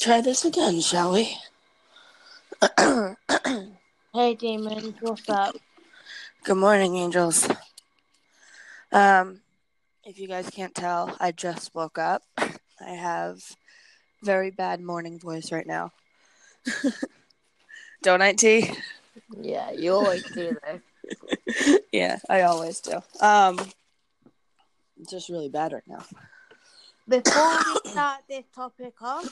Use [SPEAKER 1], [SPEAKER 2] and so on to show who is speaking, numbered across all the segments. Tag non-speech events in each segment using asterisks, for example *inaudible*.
[SPEAKER 1] try this again, shall we?
[SPEAKER 2] Hey, Demon, what's up?
[SPEAKER 1] Good morning, angels. Um, if you guys can't tell, I just woke up. *laughs* I have very bad morning voice right now. *laughs* Don't I, T?
[SPEAKER 2] Yeah, you always do this.
[SPEAKER 1] Yeah, I always do. Um, it's just really bad right now.
[SPEAKER 2] Before we start this topic off,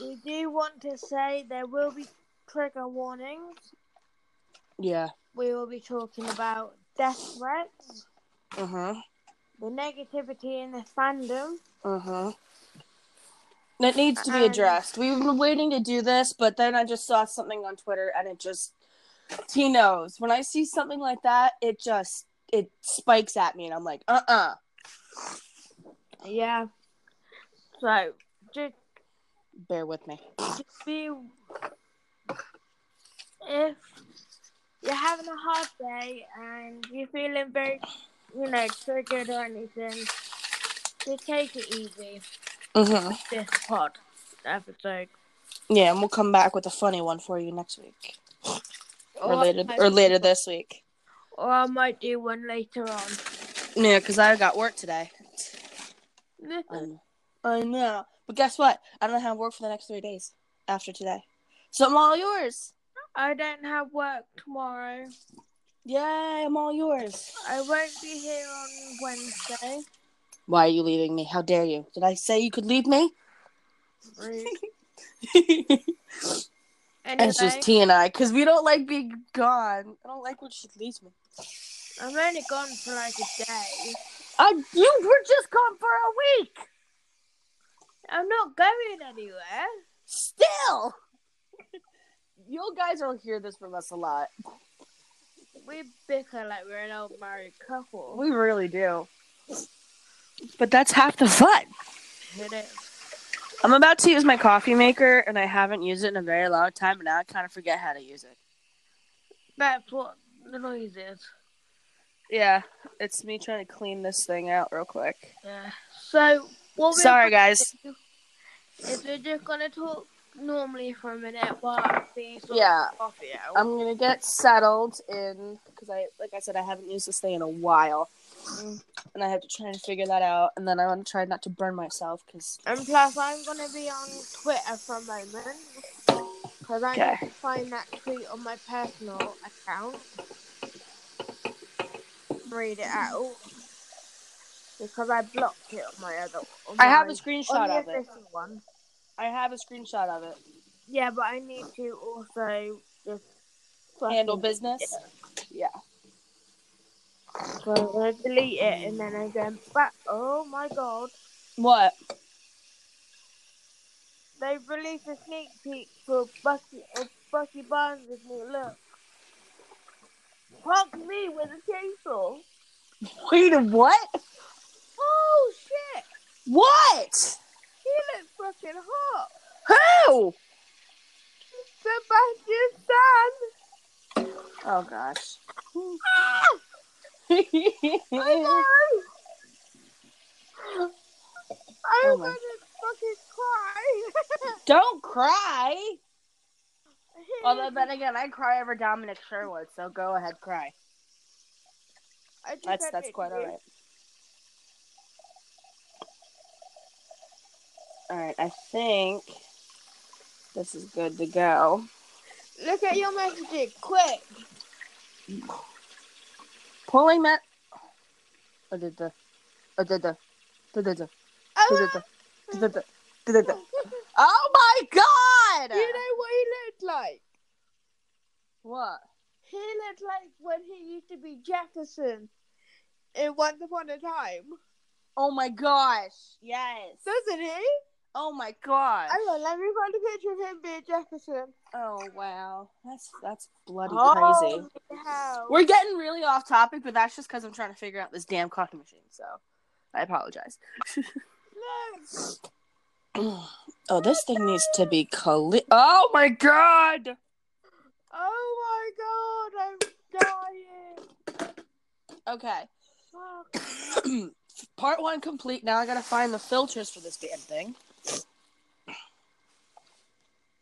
[SPEAKER 2] we do want to say there will be trigger warnings.
[SPEAKER 1] yeah.
[SPEAKER 2] We will be talking about death threats,
[SPEAKER 1] Uh huh.
[SPEAKER 2] the negativity in the fandom.
[SPEAKER 1] Uh huh. It needs to be addressed. We've been waiting to do this, but then I just saw something on Twitter, and it just T knows. When I see something like that, it just it spikes at me, and I'm like, uh uh
[SPEAKER 2] Yeah. So, just
[SPEAKER 1] Bear with me.
[SPEAKER 2] be. If you're having a hard day and you're feeling very, you know, triggered or anything, just take it easy.
[SPEAKER 1] Mm-hmm.
[SPEAKER 2] this pod episode.
[SPEAKER 1] Yeah, and we'll come back with a funny one for you next week, or
[SPEAKER 2] Or I
[SPEAKER 1] later,
[SPEAKER 2] might-
[SPEAKER 1] or later this week.
[SPEAKER 2] Or I might do one later on.
[SPEAKER 1] Yeah, because I got work today. Um.
[SPEAKER 2] Listen,
[SPEAKER 1] I know, but guess what? I don't have work for the next three days after today, so I'm all yours.
[SPEAKER 2] I don't have work tomorrow.
[SPEAKER 1] Yay, I'm all yours.
[SPEAKER 2] I won't be here on Wednesday.
[SPEAKER 1] Why are you leaving me? How dare you? Did I say you could leave *laughs* me? *laughs*
[SPEAKER 2] Rude. Anyway,
[SPEAKER 1] It's just T and I, because we don't like being gone. I don't like when she leaves me.
[SPEAKER 2] I'm only gone for like a day.
[SPEAKER 1] I, you were just gone for a week.
[SPEAKER 2] I'm not going anywhere.
[SPEAKER 1] Still, *laughs* you guys will hear this from us a lot.
[SPEAKER 2] We bicker like we're an old married couple.
[SPEAKER 1] We really do. But that's half the fun.
[SPEAKER 2] It is.
[SPEAKER 1] I'm about to use my coffee maker, and I haven't used it in a very long time, and now I kind of forget how to use it.
[SPEAKER 2] That's what the noise is.
[SPEAKER 1] Yeah, it's me trying to clean this thing out real quick.
[SPEAKER 2] Yeah. So what? we're
[SPEAKER 1] Sorry,
[SPEAKER 2] gonna
[SPEAKER 1] guys.
[SPEAKER 2] do Is we're just gonna talk normally for a minute while I see some
[SPEAKER 1] Yeah. Um,
[SPEAKER 2] coffee out.
[SPEAKER 1] I'm gonna get settled in because I, like I said, I haven't used this thing in a while, and I have to try and figure that out. And then I want to try not to burn myself because
[SPEAKER 2] And plus, I'm gonna be on Twitter for a moment because I
[SPEAKER 1] Okay.
[SPEAKER 2] need to find that tweet on my personal account. Read it out because I blocked it on my other. On
[SPEAKER 1] I have a
[SPEAKER 2] my-
[SPEAKER 1] screenshot
[SPEAKER 2] on the
[SPEAKER 1] of it.
[SPEAKER 2] official One.
[SPEAKER 1] I have a screenshot of it.
[SPEAKER 2] Yeah, but I need to also just
[SPEAKER 1] Handle
[SPEAKER 2] fucking-
[SPEAKER 1] business. Yeah.
[SPEAKER 2] So I'm gonna uh, delete it and then I'm going back. Oh my god.
[SPEAKER 1] What?
[SPEAKER 2] They released a sneak peek for Bucky of Bucky Barnes' new look. Fuck me with a chainsaw.
[SPEAKER 1] Wait, what?
[SPEAKER 2] Oh shit!
[SPEAKER 1] What?
[SPEAKER 2] He looks fucking hot.
[SPEAKER 1] Who?
[SPEAKER 2] Sebastian Stan.
[SPEAKER 1] Oh *laughs* gosh.
[SPEAKER 2] Ah,
[SPEAKER 1] *laughs*
[SPEAKER 2] no! I'm
[SPEAKER 1] Oh my-
[SPEAKER 2] gonna fucking cry. *laughs*
[SPEAKER 1] Don't cry.
[SPEAKER 2] He
[SPEAKER 1] Although
[SPEAKER 2] is-
[SPEAKER 1] then again, I cry over Dominic Sherwood, so go ahead, cry.
[SPEAKER 2] I just
[SPEAKER 1] That's
[SPEAKER 2] sent it
[SPEAKER 1] that's
[SPEAKER 2] to
[SPEAKER 1] quite all
[SPEAKER 2] you.
[SPEAKER 1] right. All right, I think this is good to go.
[SPEAKER 2] Look at your messages, quick.
[SPEAKER 1] Pulling that. I did the. I did the. I did the. I did
[SPEAKER 2] Oh,
[SPEAKER 1] the. I did the. I did the.
[SPEAKER 2] you
[SPEAKER 1] Oh my god!
[SPEAKER 2] know what he looked like?
[SPEAKER 1] What?
[SPEAKER 2] He looked like when he used to be Jefferson in Once Upon a Time,
[SPEAKER 1] Oh my gosh! Yes.
[SPEAKER 2] doesn't he?
[SPEAKER 1] Oh my gosh!
[SPEAKER 2] Hang on, let me find a picture of him being Jefferson.
[SPEAKER 1] Oh wow, that's that's bloody crazy.
[SPEAKER 2] Oh, hell.
[SPEAKER 1] We're getting really off topic, but that's just because I'm trying to figure out this damn coffee machine. So I apologize. *clears throat*
[SPEAKER 2] Look.
[SPEAKER 1] oh, this thing needs to be clear. Oh my god!
[SPEAKER 2] Oh my god, I'm dying.
[SPEAKER 1] Okay, *clears throat*
[SPEAKER 2] Fuck.
[SPEAKER 1] part one complete. Now I gotta find the filters for this damn thing.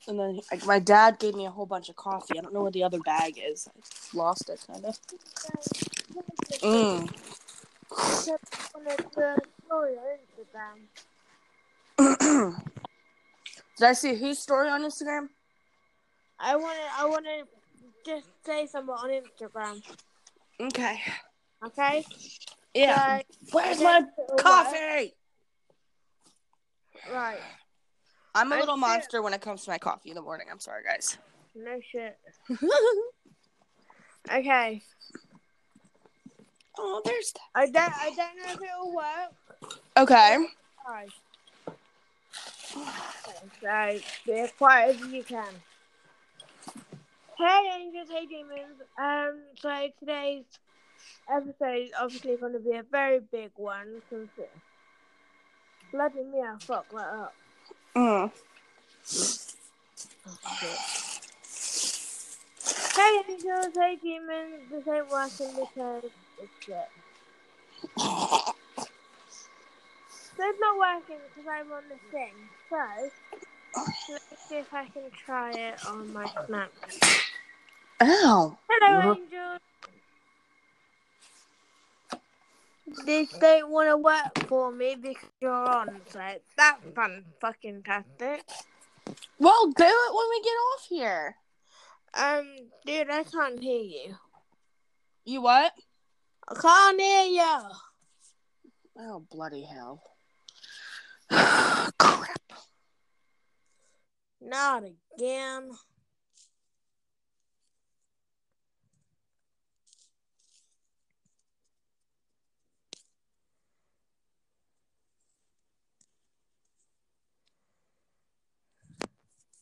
[SPEAKER 1] And then like, my dad gave me a whole bunch of coffee. I don't know where the other bag is. I lost it kind of. Mm. *clears throat* Did I see whose story on Instagram?
[SPEAKER 2] I want to. I want to just say something on Instagram.
[SPEAKER 1] Okay.
[SPEAKER 2] Okay.
[SPEAKER 1] Yeah.
[SPEAKER 2] Like,
[SPEAKER 1] Where's
[SPEAKER 2] I
[SPEAKER 1] my
[SPEAKER 2] did it all
[SPEAKER 1] coffee?
[SPEAKER 2] right. Right.
[SPEAKER 1] I'm a
[SPEAKER 2] I
[SPEAKER 1] little
[SPEAKER 2] did.
[SPEAKER 1] monster when it comes to my coffee in the morning. I'm sorry, *laughs* guys.
[SPEAKER 2] No shit. Okay.
[SPEAKER 1] oh, there's
[SPEAKER 2] I don't. I don't know if it'll work.
[SPEAKER 1] that. Okay.
[SPEAKER 2] Alright. Okay, so be as quiet as you can. Hey angels, hey demons. Um, so today's episode is obviously going to be a very big one because bloody me, I fucked that up.
[SPEAKER 1] Mm.
[SPEAKER 2] Hey angels, hey demons. This ain't working because it's shit. So it's not working because I'm on the thing. So let's see if I can try it on my Snapchat.
[SPEAKER 1] Ow.
[SPEAKER 2] Hello,
[SPEAKER 1] Look.
[SPEAKER 2] Angel. They don't want to work for me because you're on. So that's fun, fucking tastic.
[SPEAKER 1] Well, do it when we get off here.
[SPEAKER 2] Um, dude, I can't hear you.
[SPEAKER 1] You what?
[SPEAKER 2] I can't hear you.
[SPEAKER 1] Oh, bloody hell. *sighs* Crap.
[SPEAKER 2] Not again.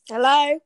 [SPEAKER 2] Hello.